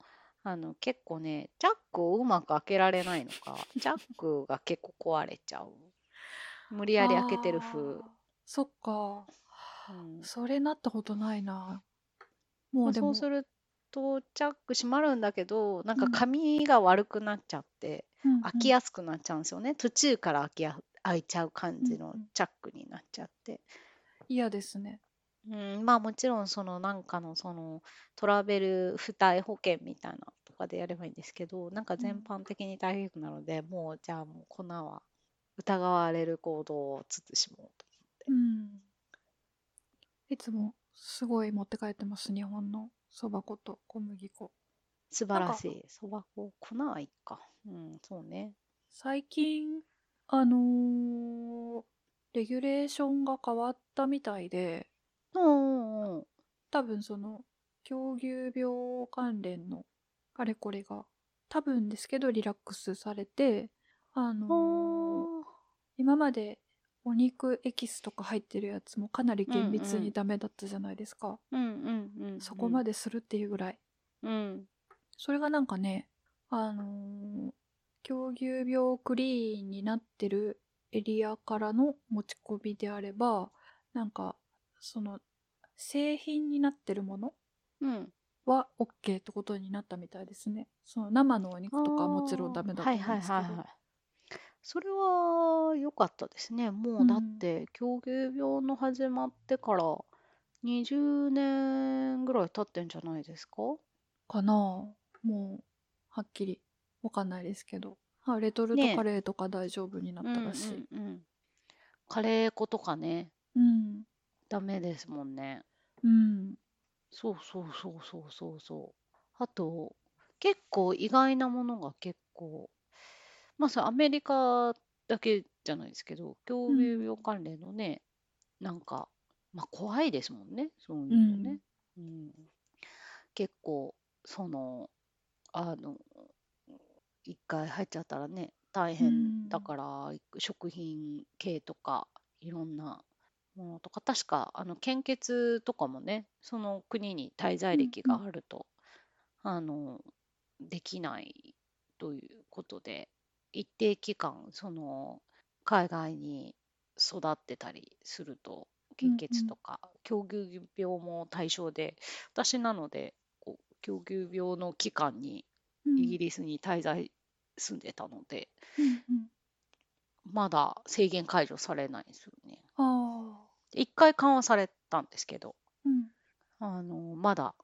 あの結構ね、ジャックをうまく開けられないのか、ジャックが結構壊れちゃう。無理やり開けてる風。あーそっか、うんそれなったことないなもまうあでそもうするとチャック閉まるんだけどなんかうん紙が悪くなっちゃって、うんうん開きやすくなっちゃうんですよね途中から開きや開いちゃう感じうのんうんチャックになっちゃって、嫌ですねうん、まあもちろんそのなんかのそのトラベル付帯保険みたいなのとかでやればいいんですけどなんか全般的に大変なので、もうじゃあもう粉は疑われる行動を慎もうと。うんいつもすごい持って帰ってます日本のそば粉と小麦粉素な晴んからしい。そば粉、粉はいいか。うん、そうね。最近あのーレギュレーションが変わったみたいでうんうんうん。多分その狂牛病関連のあれこれが多分ですけどリラックスされてあのーおー今までお肉エキスとか入ってるやつもかなり厳密うんうにんダメだったじゃないですか、うんうんうんそこまで、でするっていうぐらいうん、それがなんかねあのー狂牛病クリーンになってるエリアからの持ち込みであればなんかその製品になってるものうん、は OK ってことになったみたいですねその生のお肉とかはもちろんダメだとは思いうんはいですけど、はいはいそれは良かったですねもうだって狂牛病の始まってから20年ぐらい経ってんじゃないですかかなあもうはっきりわかんないですけど、はい、レトルトねえカレーとか大丈夫になったらしい、うんうんうんカレー粉とかねうんダメですもんねうんそうそうそうそうそうそうあと結構意外なものが結構まあそれアメリカだけじゃないですけど狂うん牛病関連のね、なんかまあ怖いですもんねそういううのんね、うん結構そのあの、一回入っちゃったらね、大う変だん。からい食品系とかいろんなものとか確かあの献血とかもねその国に滞う在ん歴うがん。あるとあのできないということで一定期間その海外に育ってたりするとう献んう血とん。か狂牛病も対象で私なのでこう狂牛病の期間にうイギんリスに滞在住んでたのでうんうん。まだ制限解除されないんですよね。ああ。一回緩和されたんですけどうん。あのまだ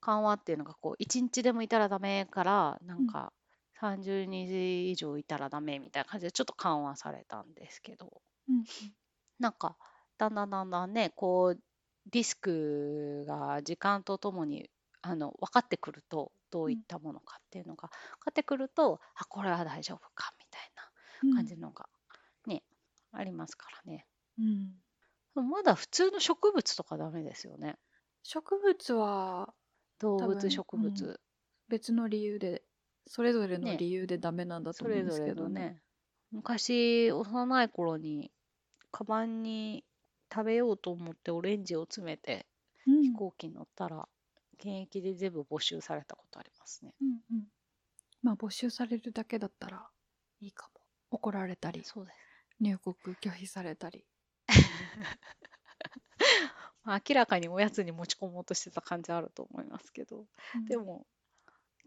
緩和っていうのがこう1日でもいたらダメからなうんん。か30日以上いたらダメみたいな感じでちょっと緩和されたんですけどうんなんかだんだんだんだんねこうリスクが時間とともにあの分かってくるとどうういっんたものかっていうのが分かってくるとあこれは大丈夫かみたいなう感んじのがねありますからねうんでもまだ普通の植物とかダメですよね植物は動多物分、植うん、物別の理由でそれぞれのね理由でダメなんだとそ思うれんでぞすれけどのね。ね昔幼い頃にカバンに食べようと思ってオレンジを詰めてう飛ん行機に乗ったら現役で全部没収されたことありますねうんうんまあ募集されるだけだったらいいかも。怒られたりそうです入国拒否されたり。まあ明らかにおやつに持ち込もうとしてた感じあると思いますけどうでんも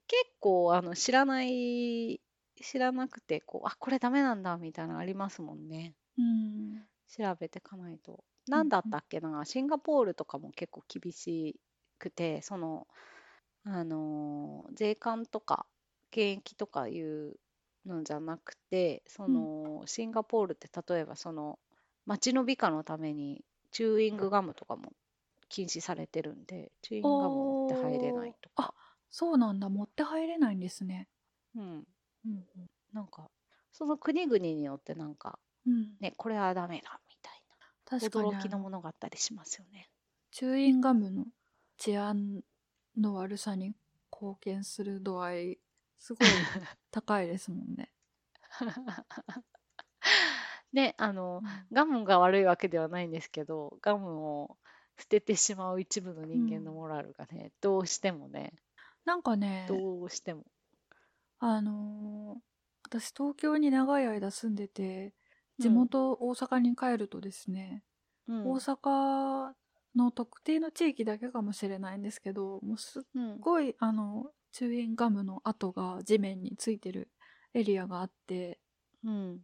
結構あの知らない知らなくてこうあこれダメなんだみたいなのありますもんねうん調べていかないと。う何んだっうんたっけな、シンガポールとかも結構厳しくて、その、あのー税関とか検疫とかいうのじゃなくて、そうんの、シンガポールって例えばその、街の美化のためにチューイングガムとかも禁止されてるんで、チューイングガム持って入れなおいーとあか、そうなんだ持って入れないんですね。うん、うんうんなんか、その国々によってなんか、うんね、これはダメだみたいな、確かに驚あきののものがあったりしますよね。チューインガムの治安の悪さに貢献する度合いす ごい高いですもんね。ね、あの、うんガムが悪いわけではないんですけど、ガムを捨ててしまう一部のう人間のんモラルがね、どうしてもね、なんかねどうしても。あのー私東京に長い間住んでてう地ん、元大阪に帰るとですねう大ん、阪の特定の地域だけかもしれないんですけどもうすっうん、ごいあのチューインガムの跡が地面についてるエリアがあってうん。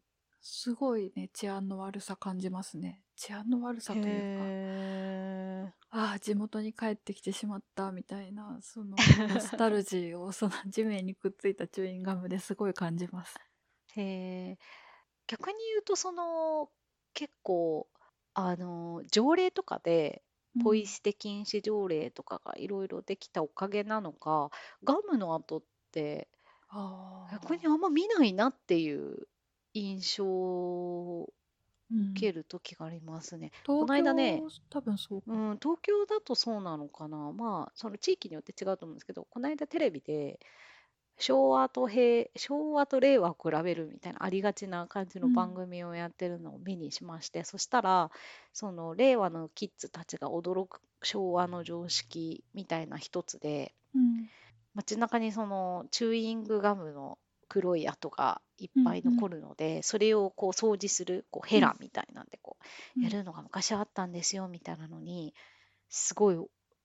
すごいね治安の悪さ感じますね治安の悪さというかへああ地元に帰ってきてしまったみたいな そのノスタールジーをその地面にくっついたチューインガ ムですごい感じます。へー逆に言うと、その、結構、あの、条例とかで、うポイん捨て禁止条例とかがいろいろできたおかげなのか、ガムの跡って、逆にああ、あんま見ないなっていう印象をう受けん。る時がありますね。こ東の間ね、京、多分そううかも。ん、東京だとそうなのかな、まあ、その地域によって違うと思うんですけど、この間テレビで昭和と平、昭和と令和を比べるみたいなありがちな感じうの番ん。組をやってるのを目にしまして、そしたら、その令和のキッズたちが驚く昭和の常識みたいな一つで、うん。街中にそのチューイングガムの黒い跡がいっうぱん。いう残ん。るのでそれをこう掃除するこううヘラん。みたいなんでこううやん。るのが昔あったんですよみたいなのにすごい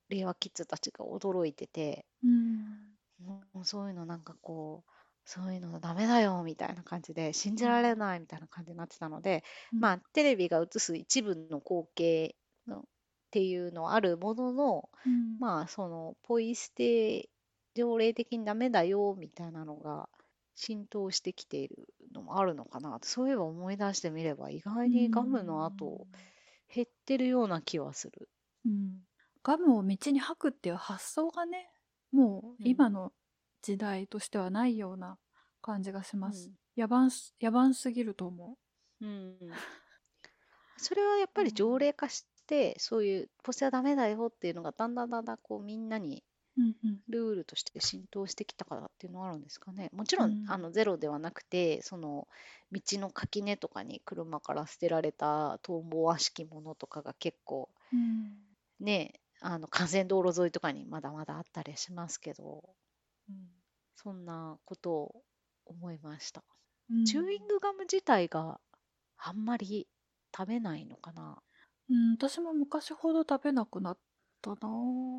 令和キッズたちが驚いててうんもうそういうのなんかこうそういうのダメだよみたいな感じで信じられああ、ないみたいな感じになってたのでうん。まあテレビが映す一部の光景のっていうのはあるもののうん。まあそのポイ捨て条例的にダメだよみたいなのが浸透してきているのもあるのかなそういえば思い出してみれば意う外にガムの後ん。減ってるような気はする。うんガムを道に吐くっていう発想がね、もううん、今の時代としてはないような感じがしうます。ん、野蛮す、野蛮すぎると思うん、それはやっう。うぱり条ん。例化してそういうポスはダメだよっていうのがだんだんだんだんこうみんなにうんうんルールとして浸透してきたからっていうのはあるんですかね。もちろん、うんあのゼロではなくて、その道の垣根とかに車から捨てられたトンボらしきものとかが結構うんね、あの幹線道路沿いとかにまだまだあったりしますけど、うんそんなことを思いました。うんチューイングガム自体があんまり食べないのかな。うん、私も昔ほど食べなくなったなぁ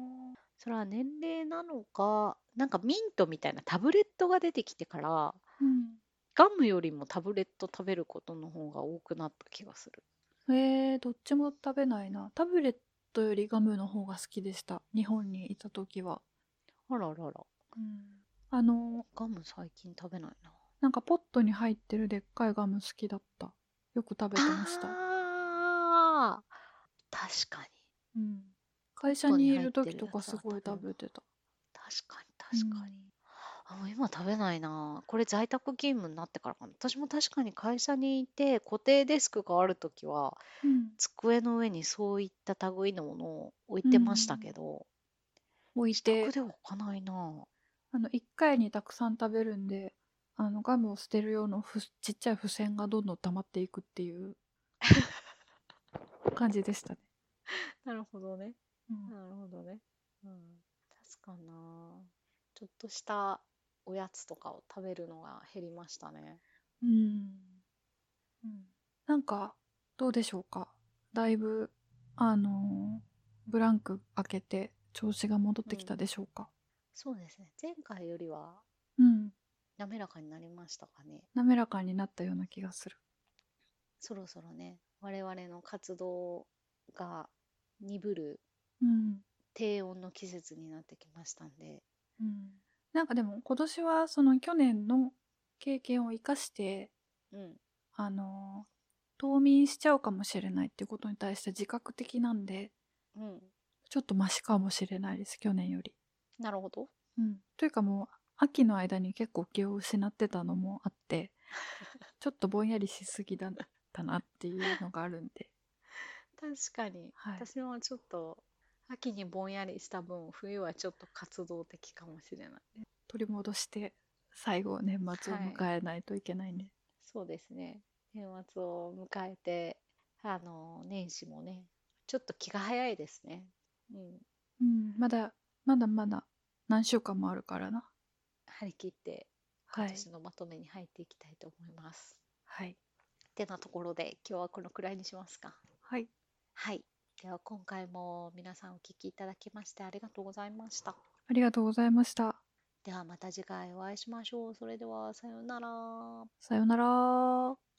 それは年齢なのか、なんかミントみたいなタブレットが出てきてから、うん。ガムよりもタブレット食べることの方が多くなった気がする。えー、どっちも食べないな。タブレットよりガムの方が好きでした。日本にいた時は。あらあらあら、うん、あの、ガム最近食べないな。なんかポットに入ってるでっかいガム好きだった。よく食べてました。あー確かに、うん、会社にいるポットに入って時るとかすごい食べてた。確かに、確かに。あもう今食べないな。これ在宅勤務になってからかな。私も確かに会社にいて、固定デスクがあるときは、うん。机の上にそういった類のものを置いてましたけど、置い自宅て、では置かないな。あの、一回にたくさん食べるんで、あの、ガムを捨てる用のふちっちゃい付箋がどんどん溜まっていくって いう感じでしたね。なるほどね。うんなるほどね。うん。確かな。ちょっとしたおやつとかを食べるのが減りましたね。うん。うんなんか、どうでしょうか。だいぶ、あのーブランク開けて調子が戻ってきたでしょうか。そうですね。前回よりはうん。滑らかになりましたかね。滑らかになったような気がする。そろそろね、我々の活動が鈍るうん。低温の季節になってきましたんで。うん。なんかでも今年はその去年の経験を生かして、うん。あのー冬眠しちゃうかもしれないっていうことに対して自覚的なんで、うん。ちょっとマシかもしれないです、去年より。なるほど。うん、というかもう秋の間に結構気を失ってたのもあって ちょっとぼんやりしすぎだったなっていうのがあるんで、確かに。はい私もちょっと秋にぼんやりした分、冬はちょっと活動的かもしれない。取り戻して最後年末を迎えないといけないんで、そうですね。年末を迎えて、あの、年始もね、ちょっと気が早いですね。うん。うん、まだまだまだ何週間もあるからな張り切って、は今い年、のまとめに入っていきたいと思います。はいてなところで、今日はこのくらいにしますか。はい、はい。では、今回も皆さんお聞きいただきましてありがとうございました。ありがとうございましたでは、また次回お会いしましょう。それでは、さようなら。さようなら